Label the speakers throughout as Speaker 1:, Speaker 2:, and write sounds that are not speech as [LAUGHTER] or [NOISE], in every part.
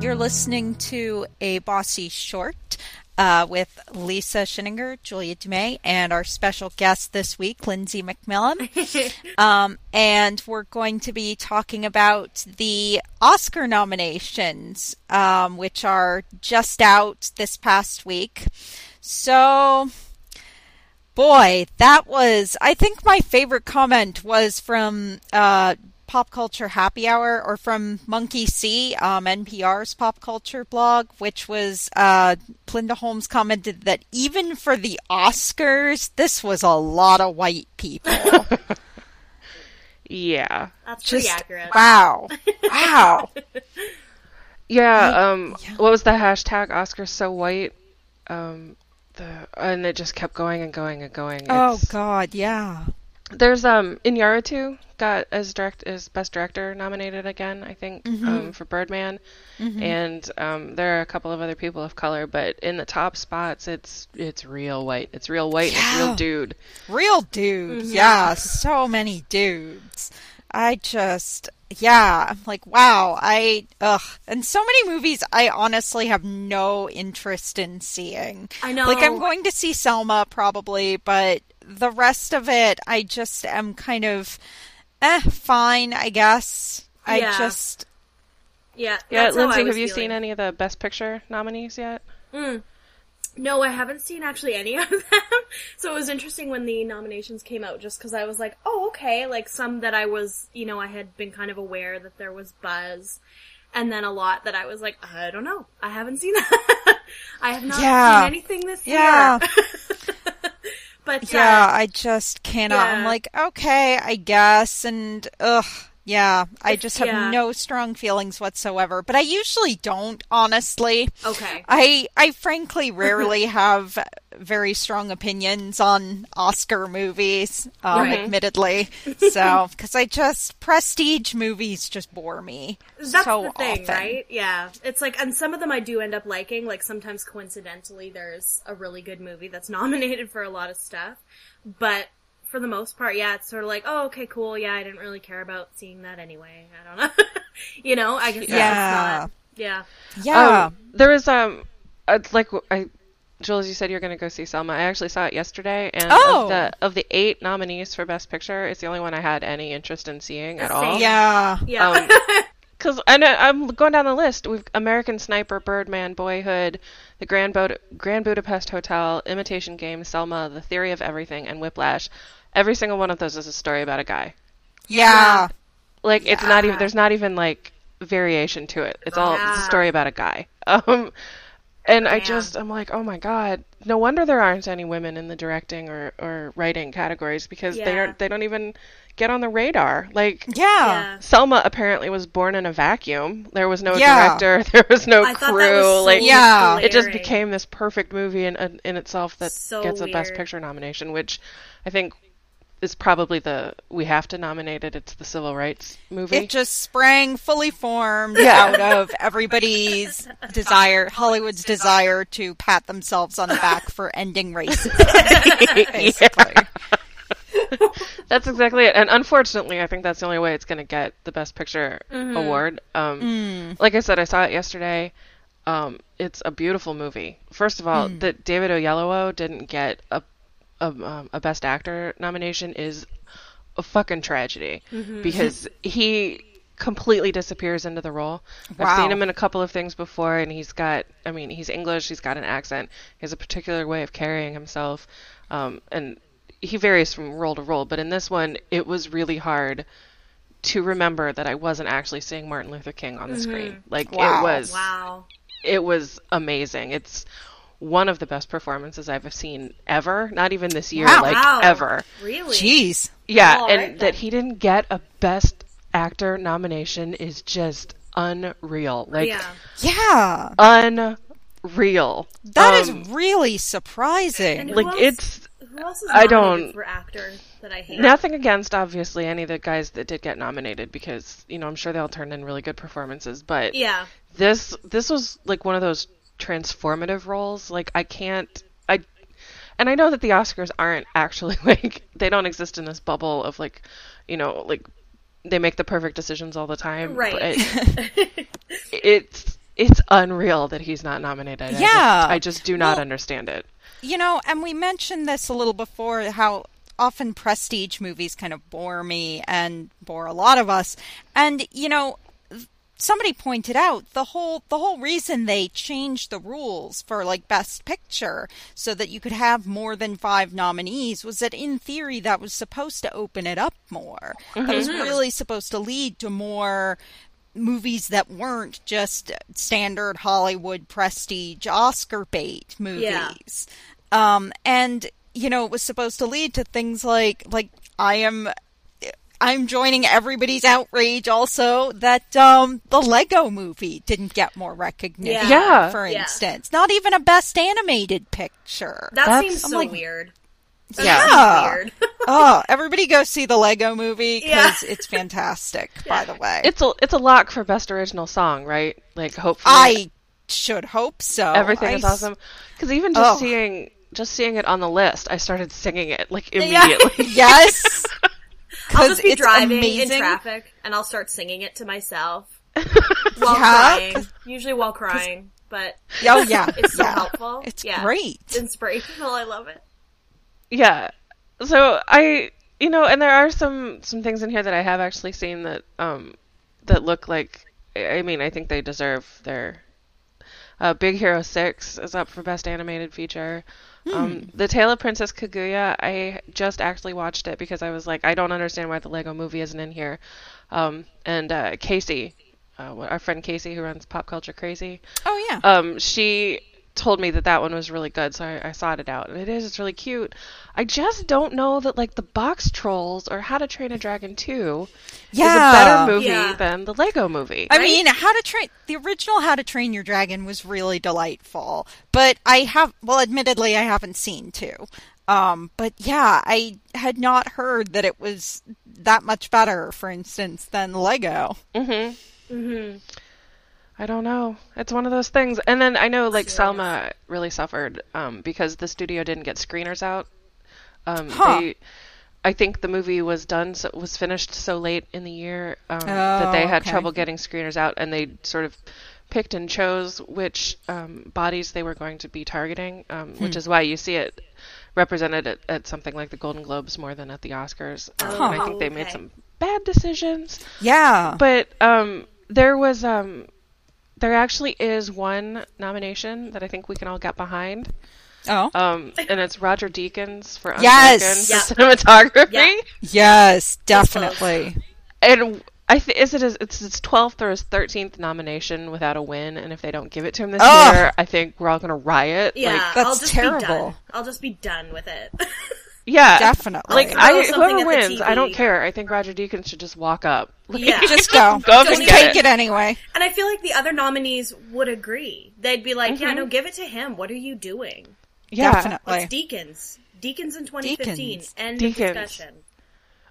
Speaker 1: You're listening to a bossy short uh, with Lisa Scheninger, Julia DeMay, and our special guest this week, Lindsay McMillan. um, and we're going to be talking about the Oscar nominations, um, which are just out this past week. So, boy, that was, I think my favorite comment was from. Uh, Pop Culture Happy Hour or from Monkey C, um, NPR's pop culture blog, which was uh, Linda Holmes commented that even for the Oscars, this was a lot of white people.
Speaker 2: yeah.
Speaker 1: Um,
Speaker 3: That's pretty accurate.
Speaker 1: Wow. Wow.
Speaker 2: Yeah, um what was the hashtag Oscars so white? Um the and it just kept going and going and going.
Speaker 1: oh,
Speaker 2: It's-
Speaker 1: God. Yeah.
Speaker 2: There's um Inyaritu got as direct as best director nominated again, I think,
Speaker 1: Mm-hmm.
Speaker 2: um, for Birdman, and um, there are a couple of other people of color, but in the top spots, it's it's real white, it's real white, it's
Speaker 1: Yeah.
Speaker 2: real dude.
Speaker 1: Real dudes.
Speaker 3: Mm-hmm.
Speaker 1: Yeah. So many dudes. I just, yeah. I'm like, wow. I, ugh. And so many movies I honestly have no interest in seeing.
Speaker 3: I know.
Speaker 1: Like, I'm going to see Selma probably, but the rest of it, I just am kind of, eh, fine, I guess. I
Speaker 3: Yeah.
Speaker 1: just,
Speaker 3: Yeah.
Speaker 2: Yeah,
Speaker 3: that's how I
Speaker 2: Lindsay,
Speaker 3: was
Speaker 2: have you
Speaker 3: feeling.
Speaker 2: seen any of the best picture nominees yet?
Speaker 3: No, I haven't seen actually any of [LAUGHS] them. So it was interesting when the nominations came out just because I was like, oh, okay. Like some that I was, you know, I had been kind of aware that there was buzz. And then a lot that I was like, I don't know. I haven't seen [LAUGHS] that. I have not
Speaker 1: Yeah.
Speaker 3: seen anything this
Speaker 1: Yeah.
Speaker 3: year. [LAUGHS] but uh,
Speaker 1: yeah,
Speaker 3: yeah.
Speaker 1: I just cannot. I'm
Speaker 3: Yeah.
Speaker 1: like, okay, I guess. And, ugh. Yeah, I just have
Speaker 3: yeah.
Speaker 1: no strong feelings whatsoever, but I usually don't, honestly.
Speaker 3: okay.
Speaker 1: I I frankly
Speaker 3: [LAUGHS]
Speaker 1: rarely have very strong opinions on Oscar movies, um,
Speaker 3: Right.
Speaker 1: admittedly.
Speaker 3: [LAUGHS]
Speaker 1: So because I just prestige movies just bore me
Speaker 3: That's
Speaker 1: so
Speaker 3: the thing,
Speaker 1: often.
Speaker 3: right? Yeah. It's like, and some of them I do end up liking. Like sometimes coincidentally, there's a really good movie that's [LAUGHS] nominated for a lot of stuff. But for the most part, yeah, it's sort of like, oh, okay, cool. Yeah, I didn't really care about seeing that anyway. I don't know. [LAUGHS] you know, I guess
Speaker 1: Yeah.
Speaker 3: yeah. Yeah.
Speaker 1: Yeah.
Speaker 2: Um, there was um, uh, like I, Jules, you said you're going to go see Selma. I actually saw it yesterday, and
Speaker 1: Oh.
Speaker 2: of the of the eight nominees for Best Picture, it's the only one I had any interest in seeing at
Speaker 3: Same.
Speaker 2: all.
Speaker 1: yeah.
Speaker 3: Yeah.
Speaker 2: Oh,
Speaker 3: [LAUGHS]
Speaker 2: Because I know I'm going down the list. We've American Sniper, Birdman, Boyhood, The Grand, Bod- Grand Budapest Hotel, Imitation Game, Selma, The Theory of Everything, and Whiplash. Every single one of those is a story about a guy.
Speaker 1: Yeah.
Speaker 2: Like it's not even there's not even like variation to it. It's all it's a
Speaker 3: Yeah.
Speaker 2: story about a guy. [LAUGHS] Um and I
Speaker 3: Yeah.
Speaker 2: just I'm like, "Oh my god, no wonder there aren't any women in the directing or or writing categories because they
Speaker 3: Yeah.
Speaker 2: aren't they don't even get on the radar." Like
Speaker 1: Yeah.
Speaker 3: yeah.
Speaker 2: Selma apparently was born in a vacuum. There was no
Speaker 1: Yeah.
Speaker 2: director, [LAUGHS] there was no
Speaker 3: I thought
Speaker 2: crew.
Speaker 3: that was so
Speaker 2: like
Speaker 1: Yeah.
Speaker 2: it just
Speaker 3: glaring.
Speaker 2: became this perfect movie in in itself that
Speaker 3: So
Speaker 2: gets a best
Speaker 3: weird.
Speaker 2: picture nomination, which I think is probably the we have to nominate it. It's the civil rights movie.
Speaker 1: It just sprang fully formed out of everybody's desire, Hollywood's desire to pat themselves on the back for ending [LAUGHS] racism. Basically.
Speaker 2: That's exactly it. And unfortunately, I think that's the only way it's going to get the Best Picture award. Um, Like I said, I saw it yesterday. Um, it's a beautiful movie. First of all, that David Oyelowo didn't get a a, um, a Best Actor nomination is a fucking tragedy because he completely disappears into the role. I've
Speaker 1: Wow.
Speaker 2: seen him in a couple of things before, and he's got, I mean, he's English, he's got an accent, he has a particular way of carrying himself, um, and he varies from role to role. But in this one, it was really hard to remember that I wasn't actually seeing Martin Luther King on the screen. Like
Speaker 1: Wow.
Speaker 2: it was,
Speaker 3: Mm-hmm. Wow.
Speaker 2: it was amazing. It's one of the best performances I've seen ever. Not even this year,
Speaker 1: Wow.
Speaker 2: like
Speaker 3: wow.
Speaker 2: ever.
Speaker 3: Really?
Speaker 1: Jeez.
Speaker 2: Yeah,
Speaker 3: All
Speaker 2: and
Speaker 3: right, then.
Speaker 2: that he didn't get a best actor nomination is just unreal. Like
Speaker 3: Yeah.
Speaker 1: Yeah.
Speaker 2: unreal.
Speaker 1: that is
Speaker 2: Um,
Speaker 1: really surprising.
Speaker 3: And
Speaker 2: like
Speaker 3: who else,
Speaker 2: it's
Speaker 3: who else is
Speaker 2: I
Speaker 3: I
Speaker 2: don't-
Speaker 3: don't for actor that I hate.
Speaker 2: nothing against obviously any of the guys that did get nominated because, you know, I'm sure they all turned in really good performances, but
Speaker 3: Yeah.
Speaker 2: this this was like one of those transformative roles. Like I can't I and I know that the Oscars aren't actually [LAUGHS] like they don't exist in this bubble of like,
Speaker 1: [LAUGHS]
Speaker 2: you know, like they make the perfect decisions all the time.
Speaker 3: Right.
Speaker 2: But it's it's unreal that he's not nominated. I
Speaker 1: Yeah.
Speaker 2: just, I just do not
Speaker 1: Well-
Speaker 2: understand it.
Speaker 1: You know, and we mentioned this a little before how often prestige movies kind of bore me and bore a lot of us. And you know, th- somebody pointed out the whole the whole reason they changed the rules for like best picture so that you could have more than 5 nominees was that in theory that was supposed to open it up more. That was really supposed to lead to more movies that weren't just standard Hollywood prestige Oscar bait movies
Speaker 3: Yeah.
Speaker 1: movies. Um, and you know, it was supposed to lead to things like like I am I'm joining everybody's outrage also that um, the Lego movie didn't get more recognition.
Speaker 3: Yeah.
Speaker 2: Yeah.
Speaker 1: For
Speaker 3: Yeah.
Speaker 1: instance. Not even a best animated picture.
Speaker 3: That
Speaker 2: That's-
Speaker 3: seems
Speaker 2: I'm
Speaker 3: so
Speaker 1: like-
Speaker 3: weird.
Speaker 2: Yeah.
Speaker 1: Yeah.
Speaker 3: That's weird.
Speaker 1: [LAUGHS]
Speaker 3: [LAUGHS]
Speaker 1: oh, everybody go see the Lego movie because
Speaker 3: Yeah.
Speaker 1: it's fantastic,
Speaker 3: [LAUGHS]
Speaker 1: by the way.
Speaker 2: It's a it's a lock for best original song, right? Like hopefully
Speaker 1: I should hope so.
Speaker 2: everything
Speaker 1: I
Speaker 2: is
Speaker 1: s-
Speaker 2: awesome. Because even just
Speaker 1: Oh.
Speaker 2: seeing just seeing it on the list, I started singing it
Speaker 1: [LAUGHS]
Speaker 2: like
Speaker 3: Yeah.
Speaker 2: immediately.
Speaker 1: Yes.
Speaker 3: [LAUGHS] I'll
Speaker 1: 'Cause
Speaker 3: just be
Speaker 1: it's
Speaker 3: driving in
Speaker 1: amazing.
Speaker 3: traffic and I'll start singing it to
Speaker 1: [LAUGHS]
Speaker 3: myself while
Speaker 1: Yeah.
Speaker 3: crying. Usually while crying, but
Speaker 1: Oh yeah.
Speaker 3: [LAUGHS] it's so
Speaker 1: yeah.
Speaker 3: helpful.
Speaker 1: It's
Speaker 3: yeah.
Speaker 1: great.
Speaker 3: It's inspirational. I love it.
Speaker 2: Yeah. So I, you know, and there are some some things in here that I have actually seen that um that look like I I mean, I think they deserve their uh, Big Hero 6 is up for best animated feature. Um, the Tale of Princess Kaguya, I just actually watched it because I was like, I don't understand why the Lego movie isn't in here. Um, and uh, Casey, uh, our friend Casey who runs Pop Culture Crazy,
Speaker 1: Oh yeah.
Speaker 2: um, she told me that that one was really good, so I, I sought it out, and it is. It's really cute. I just don't know that like the Box Trolls or How to Train a Dragon Two is a
Speaker 1: Yeah.
Speaker 2: better movie
Speaker 3: Yeah.
Speaker 2: than the Lego Movie.
Speaker 1: I mean, How to Train the original How to Train Your Dragon was really delightful, but I have well, admittedly, I haven't seen two. Um, but yeah, I had not heard that it was that much better, for instance, than Lego.
Speaker 2: I don't know. It's one of those things. And then I know like Selma really suffered um, because the studio didn't get screeners out. Um,
Speaker 1: Huh.
Speaker 2: they, I think the movie was done so, was finished so late in the year um, that they
Speaker 1: Oh,
Speaker 2: had
Speaker 1: okay.
Speaker 2: trouble getting screeners out, and they sort of picked and chose which um, bodies they were going to be targeting, um,
Speaker 1: Hmm.
Speaker 2: which is why you see it represented at, at something like the Golden Globes more than at the Oscars. Um, and I
Speaker 1: Huh. Oh,
Speaker 2: think they made
Speaker 3: Okay.
Speaker 2: some bad decisions
Speaker 1: Yeah.
Speaker 2: but um, there was um, there actually is one nomination that I think we can all get behind,
Speaker 1: oh,
Speaker 2: um, and it's Roger Deakins for [LAUGHS]
Speaker 1: Yes!
Speaker 2: Unbroken for cinematography.
Speaker 3: Yeah.
Speaker 1: yes,
Speaker 2: [LAUGHS]
Speaker 1: definitely.
Speaker 2: And I th- is it is it's his twelfth or his thirteenth nomination without a win, and if they don't give it to him this
Speaker 1: Ugh.
Speaker 2: year, I think we're all gonna riot.
Speaker 3: Yeah,
Speaker 2: like,
Speaker 1: that's
Speaker 3: I'll just Be done.
Speaker 1: terrible.
Speaker 3: I'll just be done with it. [LAUGHS]
Speaker 2: yeah,
Speaker 1: Definitely.
Speaker 2: Like
Speaker 3: Throw
Speaker 2: I,
Speaker 3: something
Speaker 2: whoever
Speaker 3: at the
Speaker 2: wins, I don't
Speaker 3: TV.
Speaker 2: care. I think Roger Deakins should just walk up. Like,
Speaker 3: yeah,
Speaker 1: Just go.
Speaker 2: Go up
Speaker 1: Just
Speaker 2: and get
Speaker 1: take
Speaker 2: it.
Speaker 1: it anyway.
Speaker 3: and I feel like the other nominees would agree. They'd be like,
Speaker 1: Mm-hmm.
Speaker 3: "Yeah, no, give it to him. What are you doing?"
Speaker 2: yeah.
Speaker 1: Definitely.
Speaker 3: It's Deacons. Deacons in 2015.
Speaker 1: Deacons.
Speaker 3: End
Speaker 2: Deacons.
Speaker 3: of discussion.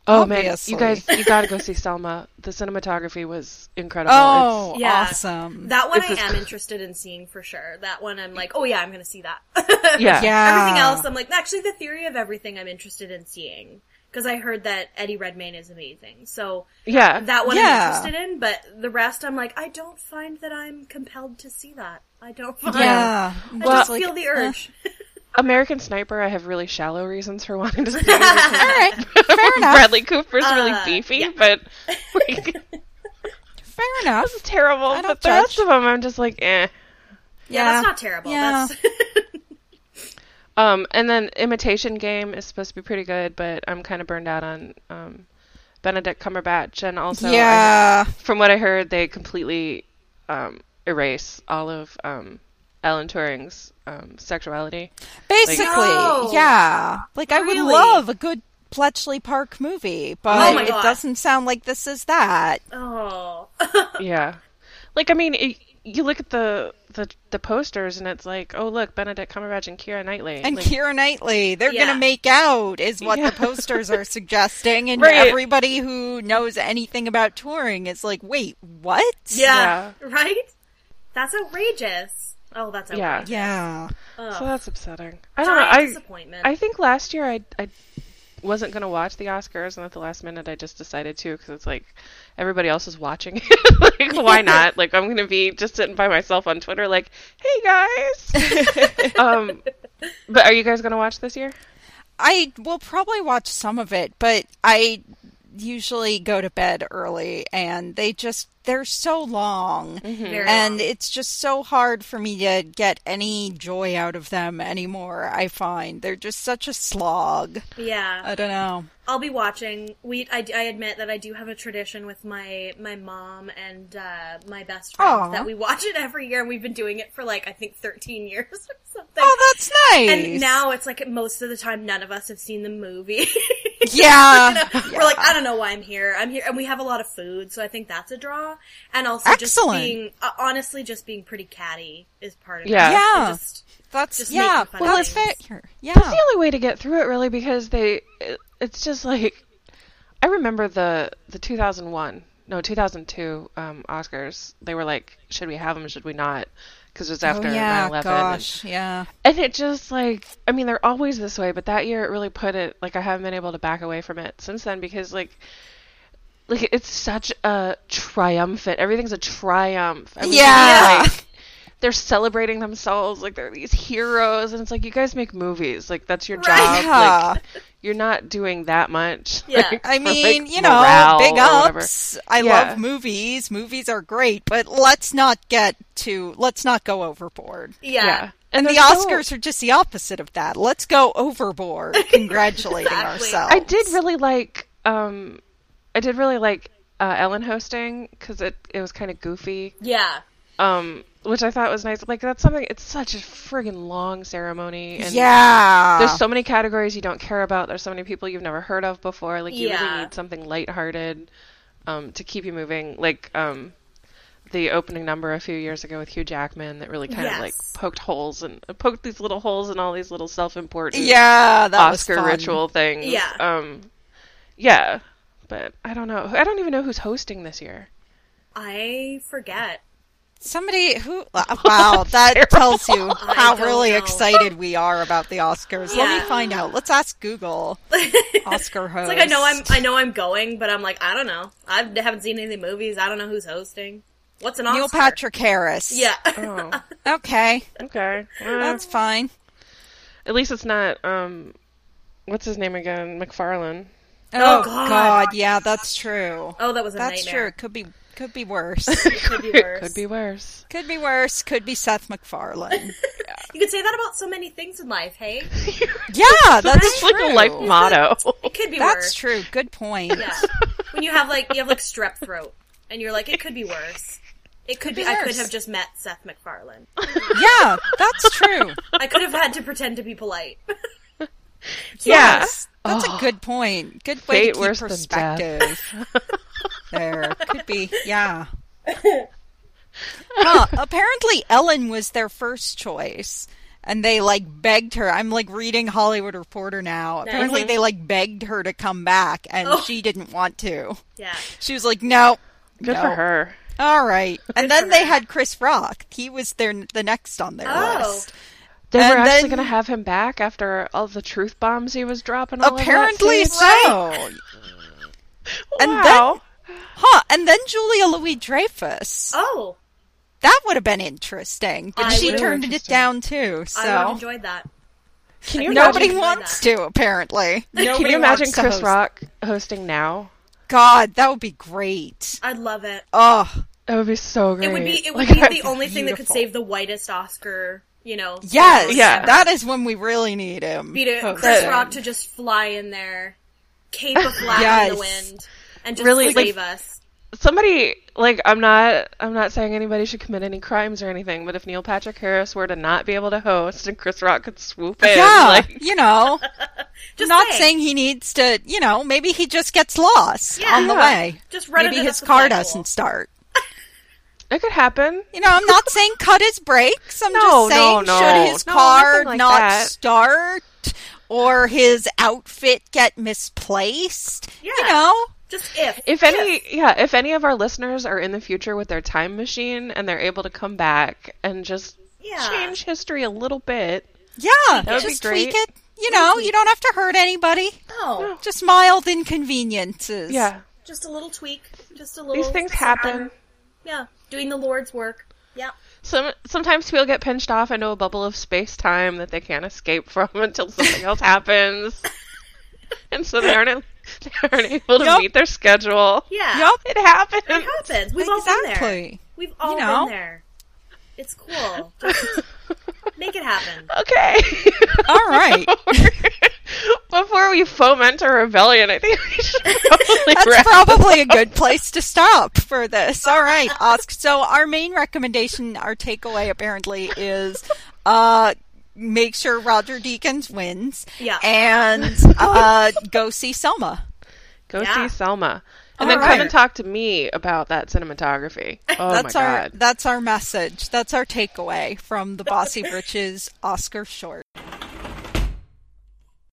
Speaker 2: Oh
Speaker 1: Obviously.
Speaker 2: man, you guys, you gotta go see Selma. The cinematography was incredible. It's-
Speaker 1: Oh,
Speaker 3: Yeah.
Speaker 1: awesome.
Speaker 3: That one
Speaker 2: This
Speaker 3: I
Speaker 2: is
Speaker 3: am
Speaker 2: cr-
Speaker 3: interested in seeing for sure. That one I'm like, oh yeah, I'm going to see that. [LAUGHS]
Speaker 2: Yeah.
Speaker 1: Yeah.
Speaker 3: Everything else, I'm like, actually, the theory of everything I'm interested in seeing. Because I heard that Eddie Redmayne is amazing. So
Speaker 2: Yeah.
Speaker 3: that one
Speaker 1: Yeah.
Speaker 3: I'm interested in, but the rest I'm like, I don't find that I'm compelled to see that. I don't find.
Speaker 1: yeah. uh,
Speaker 3: I
Speaker 2: Well-
Speaker 3: just feel the urge. [LAUGHS]
Speaker 2: American Sniper, I have really shallow reasons for wanting
Speaker 3: [LAUGHS]
Speaker 2: to see. because
Speaker 1: All right. Fair enough.
Speaker 2: [LAUGHS] Bradley Cooper's really
Speaker 3: Uh,
Speaker 2: beefy,
Speaker 3: yeah. [LAUGHS]
Speaker 2: but like,
Speaker 1: Fair enough.
Speaker 2: terrible.
Speaker 1: don't
Speaker 2: But the
Speaker 1: judge.
Speaker 2: rest of them, I'm just like, eh.
Speaker 3: yeah. that's not terrible.
Speaker 1: Yeah.
Speaker 3: That's [LAUGHS]
Speaker 2: Um, and then Imitation Game is supposed to be pretty good, but I'm kind of burned out on um, Benedict Cumberbatch, and also I-
Speaker 1: yeah.
Speaker 2: from what I heard, they completely um, erase all of um, Alan Turing's um, sexuality.
Speaker 1: Basically,
Speaker 3: No.
Speaker 1: yeah. Like I would
Speaker 3: Really?
Speaker 1: love a good Bletchley Park movie, but
Speaker 3: Oh my
Speaker 1: it
Speaker 3: God.
Speaker 1: doesn't sound like this is that.
Speaker 3: oh. [LAUGHS]
Speaker 2: Yeah. Like I mean, it, you look at the, the the posters and it's like, oh look, Benedict Cumberbatch and Kira Knightley.
Speaker 1: And
Speaker 2: Like,
Speaker 1: Keira Knightley, they're
Speaker 3: Yeah.
Speaker 1: gonna make out is what
Speaker 2: Yeah.
Speaker 1: the posters are suggesting, and
Speaker 2: Right.
Speaker 1: everybody who knows anything about touring is like, wait, what?
Speaker 3: yeah.
Speaker 2: Yeah.
Speaker 3: Right? That's outrageous. Oh, that's
Speaker 2: Yeah.
Speaker 3: outrageous.
Speaker 1: Yeah.
Speaker 2: so that's upsetting. I don't know.
Speaker 3: Giant
Speaker 2: I
Speaker 3: disappointment.
Speaker 2: I think last year I I wasn't gonna watch the Oscars, and at the last minute I just decided to because it's like everybody else is watching [LAUGHS] it. like, why not? Like, I'm gonna be just sitting by myself on Twitter, like, hey guys. um, but are you guys gonna watch this year?
Speaker 1: I will probably watch some of it, but I usually go to bed early and they just they're so long
Speaker 3: Very
Speaker 1: and
Speaker 3: long.
Speaker 1: it's just so hard for me to get any joy out of them anymore i find they're just such a slog
Speaker 3: yeah.
Speaker 1: i don't know
Speaker 3: I'll be watching. We, I, I admit that I do have a tradition with my my mom and uh, my best friend
Speaker 1: Aw.
Speaker 3: that we watch it every year, and we've been doing it for like I think thirteen years [LAUGHS] or something.
Speaker 1: oh that's nice
Speaker 3: and now it's like most of the time, none of us have seen the movie. [LAUGHS]
Speaker 1: [LAUGHS] yeah
Speaker 3: We're like, I don't know why I'm here. I'm here, and we have a lot of food, so I think that's a draw. And also,
Speaker 1: Excellent.
Speaker 3: just being uh, honestly, just being pretty catty is part of
Speaker 2: Yeah.
Speaker 3: it.
Speaker 1: Yeah.
Speaker 3: It just-
Speaker 1: that's
Speaker 3: just
Speaker 1: yeah
Speaker 3: making fun
Speaker 1: well
Speaker 3: of
Speaker 1: it's
Speaker 3: things.
Speaker 1: fair yeah
Speaker 2: That's the only way to get through it, really, because they. It, it's just like, I remember the the 2001, no 2002 um, Oscars. They were like, should we have them? Should we not? Because it was after
Speaker 1: oh, yeah
Speaker 2: 9/11.
Speaker 1: gosh yeah
Speaker 2: And it just like, I mean, they're always this way, but that year it really put it like I haven't been able to back away from it since then because like. Like it's such a triumphant. Everything's a triumph. Everything's,
Speaker 1: Yeah.
Speaker 2: like, they're celebrating themselves like they're these heroes, and it's like you guys make movies. Like that's your job.
Speaker 1: [LAUGHS] Yeah.
Speaker 2: Like you're not doing that much.
Speaker 3: Yeah.
Speaker 1: [LAUGHS]
Speaker 2: like,
Speaker 1: I
Speaker 2: for,
Speaker 1: mean,
Speaker 2: like,
Speaker 1: you know,
Speaker 2: morale
Speaker 1: big
Speaker 2: or whatever.
Speaker 1: ups. I
Speaker 2: Yeah.
Speaker 1: love movies. Movies are great, but let's not get to let's not go overboard.
Speaker 3: yeah.
Speaker 2: Yeah.
Speaker 1: And, the
Speaker 2: they're so-
Speaker 1: Oscars are just the opposite of that. Let's go
Speaker 3: [LAUGHS]
Speaker 1: overboard congratulating
Speaker 3: Exactly.
Speaker 1: ourselves.
Speaker 2: I did really like um I did really like uh, Ellen hosting cuz it it was kind of goofy.
Speaker 3: Yeah.
Speaker 2: Um which I thought was nice. Like that's something it's such a friggin' long ceremony and
Speaker 1: yeah.
Speaker 2: there's so many categories you don't care about. There's so many people you've never heard of before. Like you
Speaker 3: Yeah.
Speaker 2: really need something lighthearted um to keep you moving. Like um the opening number a few years ago with Hugh Jackman that really kind of like
Speaker 3: Yes.
Speaker 2: poked holes and uh, poked these little holes in all these little self-important
Speaker 1: yeah, that was
Speaker 2: Oscar
Speaker 1: fun.
Speaker 2: ritual things.
Speaker 3: Yeah.
Speaker 2: Um, yeah. But I don't know. I don't even know who's hosting this year.
Speaker 3: I forget.
Speaker 1: Somebody
Speaker 2: [LAUGHS]
Speaker 1: who uh, wow, that tells you how
Speaker 3: don't
Speaker 1: really
Speaker 3: know.
Speaker 1: excited we are about the Oscars. Let
Speaker 3: Yeah.
Speaker 1: me find out. Let's ask Google. Oscar host.
Speaker 3: [LAUGHS] It's like I know I'm I know I'm going, but I'm like I don't know. I haven't seen any of the movies. I don't know who's hosting. What's an Oscar?
Speaker 1: Neil Patrick Harris.
Speaker 3: Yeah. Uh,
Speaker 2: Oh,
Speaker 1: Okay.
Speaker 2: okay. Well,
Speaker 1: That's fine.
Speaker 2: Uh, at least it's not um, what's his name again? McFarlane.
Speaker 1: Oh,
Speaker 3: Oh,
Speaker 1: God.
Speaker 3: God.
Speaker 1: yeah, that's true.
Speaker 3: [LAUGHS] Oh, that was a
Speaker 1: that's true.
Speaker 3: nightmare.
Speaker 1: It could be could be worse. [LAUGHS]
Speaker 3: Could be worse.
Speaker 2: Could be worse. [LAUGHS]
Speaker 1: could be worse. Could be Seth MacFarlane.
Speaker 3: You could say that about so many things in life. Hey,
Speaker 1: Yeah,
Speaker 2: [LAUGHS]
Speaker 1: that's
Speaker 2: It's like
Speaker 1: true.
Speaker 2: a life motto.
Speaker 3: it could be
Speaker 1: That's
Speaker 3: worse.
Speaker 1: true. Good point.
Speaker 3: Yeah. When you have like you have like strep throat, and you're like it could be worse. It could be. I could
Speaker 1: worse.
Speaker 3: have just met Seth MacFarlane.
Speaker 1: [LAUGHS] Yeah, that's true.
Speaker 3: I could have had to pretend to be polite. [LAUGHS]
Speaker 2: yeah.
Speaker 1: Yes, that's
Speaker 2: [LAUGHS]
Speaker 1: a good point. Good
Speaker 2: Fate
Speaker 1: way to keep
Speaker 2: worse than death.
Speaker 1: perspective.
Speaker 2: [LAUGHS]
Speaker 1: there could be, yeah. Huh, apparently, Ellen was their first choice, and they like begged her. I'm like reading Hollywood Reporter now. Apparently, they like begged her to come back, and
Speaker 3: Oh.
Speaker 1: she didn't want to.
Speaker 3: Yeah.
Speaker 1: She was like, "No,
Speaker 2: Good
Speaker 1: no.
Speaker 2: for her.
Speaker 1: All right, and
Speaker 3: Good
Speaker 1: then
Speaker 3: for
Speaker 1: they
Speaker 3: her.
Speaker 1: had Chris Rock. He was their the next on their
Speaker 3: Oh.
Speaker 1: list.
Speaker 2: They
Speaker 1: And
Speaker 2: were actually
Speaker 1: then-
Speaker 2: going to have him back after all the truth bombs he was dropping. All
Speaker 1: Apparently
Speaker 2: of
Speaker 1: so.
Speaker 2: that.
Speaker 1: And
Speaker 2: wow.
Speaker 1: then, huh? And then Julia Louis Dreyfus.
Speaker 3: Oh,
Speaker 1: That would have been interesting, but
Speaker 3: I
Speaker 1: she
Speaker 3: would've-
Speaker 1: turned it down too.
Speaker 3: I would have
Speaker 1: So
Speaker 3: enjoyed that.
Speaker 2: Can you
Speaker 1: nobody
Speaker 2: imagine-
Speaker 3: enjoyed
Speaker 1: wants
Speaker 3: that.
Speaker 1: to apparently. [LAUGHS]
Speaker 2: Can
Speaker 1: Nobody
Speaker 2: you imagine
Speaker 1: wants to
Speaker 2: Chris
Speaker 1: host.
Speaker 2: Rock hosting now?
Speaker 1: God, that would be great.
Speaker 3: I'd love it.
Speaker 1: Oh,
Speaker 2: That would be so great.
Speaker 3: It would be. It would
Speaker 2: Like, [LAUGHS] I'd
Speaker 3: be the only thing that could
Speaker 1: beautiful.
Speaker 3: save the whitest Oscar. You know.
Speaker 1: yes,
Speaker 2: Yeah.
Speaker 1: That is when we really need him.
Speaker 3: be to
Speaker 1: Oh,
Speaker 3: Chris
Speaker 1: that-
Speaker 3: Rock to just fly in there, cape a flag
Speaker 1: [LAUGHS]
Speaker 3: in
Speaker 1: Yes.
Speaker 3: the wind, and just
Speaker 2: Really,
Speaker 3: save
Speaker 2: like-
Speaker 3: us.
Speaker 2: somebody like I'm not I'm not saying anybody should commit any crimes or anything, but if Neil Patrick Harris were to not be able to host and Chris Rock could swoop in,
Speaker 1: Yeah,
Speaker 2: like
Speaker 1: you know,
Speaker 3: [LAUGHS] Just
Speaker 1: not
Speaker 3: saying.
Speaker 1: saying he needs to. You know, maybe he just gets lost
Speaker 3: Yeah.
Speaker 1: on the way.
Speaker 3: Just run
Speaker 1: maybe
Speaker 3: it up
Speaker 1: his
Speaker 3: the
Speaker 1: car
Speaker 3: flagpole.
Speaker 1: doesn't start.
Speaker 2: it could happen.
Speaker 1: You know, I'm not saying cut his brakes. I'm
Speaker 2: No,
Speaker 1: just saying
Speaker 2: no, no.
Speaker 1: should his
Speaker 2: No,
Speaker 1: car
Speaker 2: nothing like
Speaker 1: not
Speaker 2: that.
Speaker 1: start or his outfit get misplaced? You
Speaker 3: Yeah.
Speaker 1: know?
Speaker 3: Just if
Speaker 2: If any yeah, if any of our listeners are in the future with their time machine and they're able to come back and just
Speaker 3: Yeah.
Speaker 2: change history a little bit.
Speaker 1: Yeah,
Speaker 2: would be
Speaker 1: just tweak
Speaker 2: great.
Speaker 1: it. You know, you don't have to hurt anybody.
Speaker 3: no,
Speaker 1: Just mild inconveniences.
Speaker 2: Yeah.
Speaker 3: Just a little tweak. Just a little.
Speaker 2: These things happen.
Speaker 3: Yeah, doing the Lord's work. Yeah.
Speaker 2: Some sometimes people get pinched off into a bubble of space time that they can't escape from [LAUGHS] until something else happens, and so they aren't they aren't able to
Speaker 1: Yup.
Speaker 2: meet their schedule.
Speaker 3: Yeah.
Speaker 1: Yup.
Speaker 2: It happens.
Speaker 3: It happens. We've all been there.
Speaker 1: exactly.
Speaker 3: We've all
Speaker 1: know.
Speaker 3: been there. It's cool.
Speaker 2: [LAUGHS]
Speaker 3: Just make it happen.
Speaker 2: [LAUGHS] Okay. [LAUGHS]
Speaker 1: All right.
Speaker 2: Before we foment a rebellion, I think we should probably
Speaker 1: That's
Speaker 2: wrap
Speaker 1: probably a
Speaker 2: [LAUGHS]
Speaker 1: good place to stop for this. All right, Osk. So our main recommendation, our takeaway apparently is uh make sure Roger Deakins wins.
Speaker 3: Yeah.
Speaker 1: And uh go see Selma.
Speaker 2: Go
Speaker 3: Yeah.
Speaker 2: see Selma. And
Speaker 1: All
Speaker 2: then
Speaker 1: right.
Speaker 2: come and talk to me about that cinematography. Oh
Speaker 1: that's
Speaker 2: my
Speaker 1: our
Speaker 2: god.
Speaker 1: that's our message. That's our takeaway from the Bossy Riches Oscar short.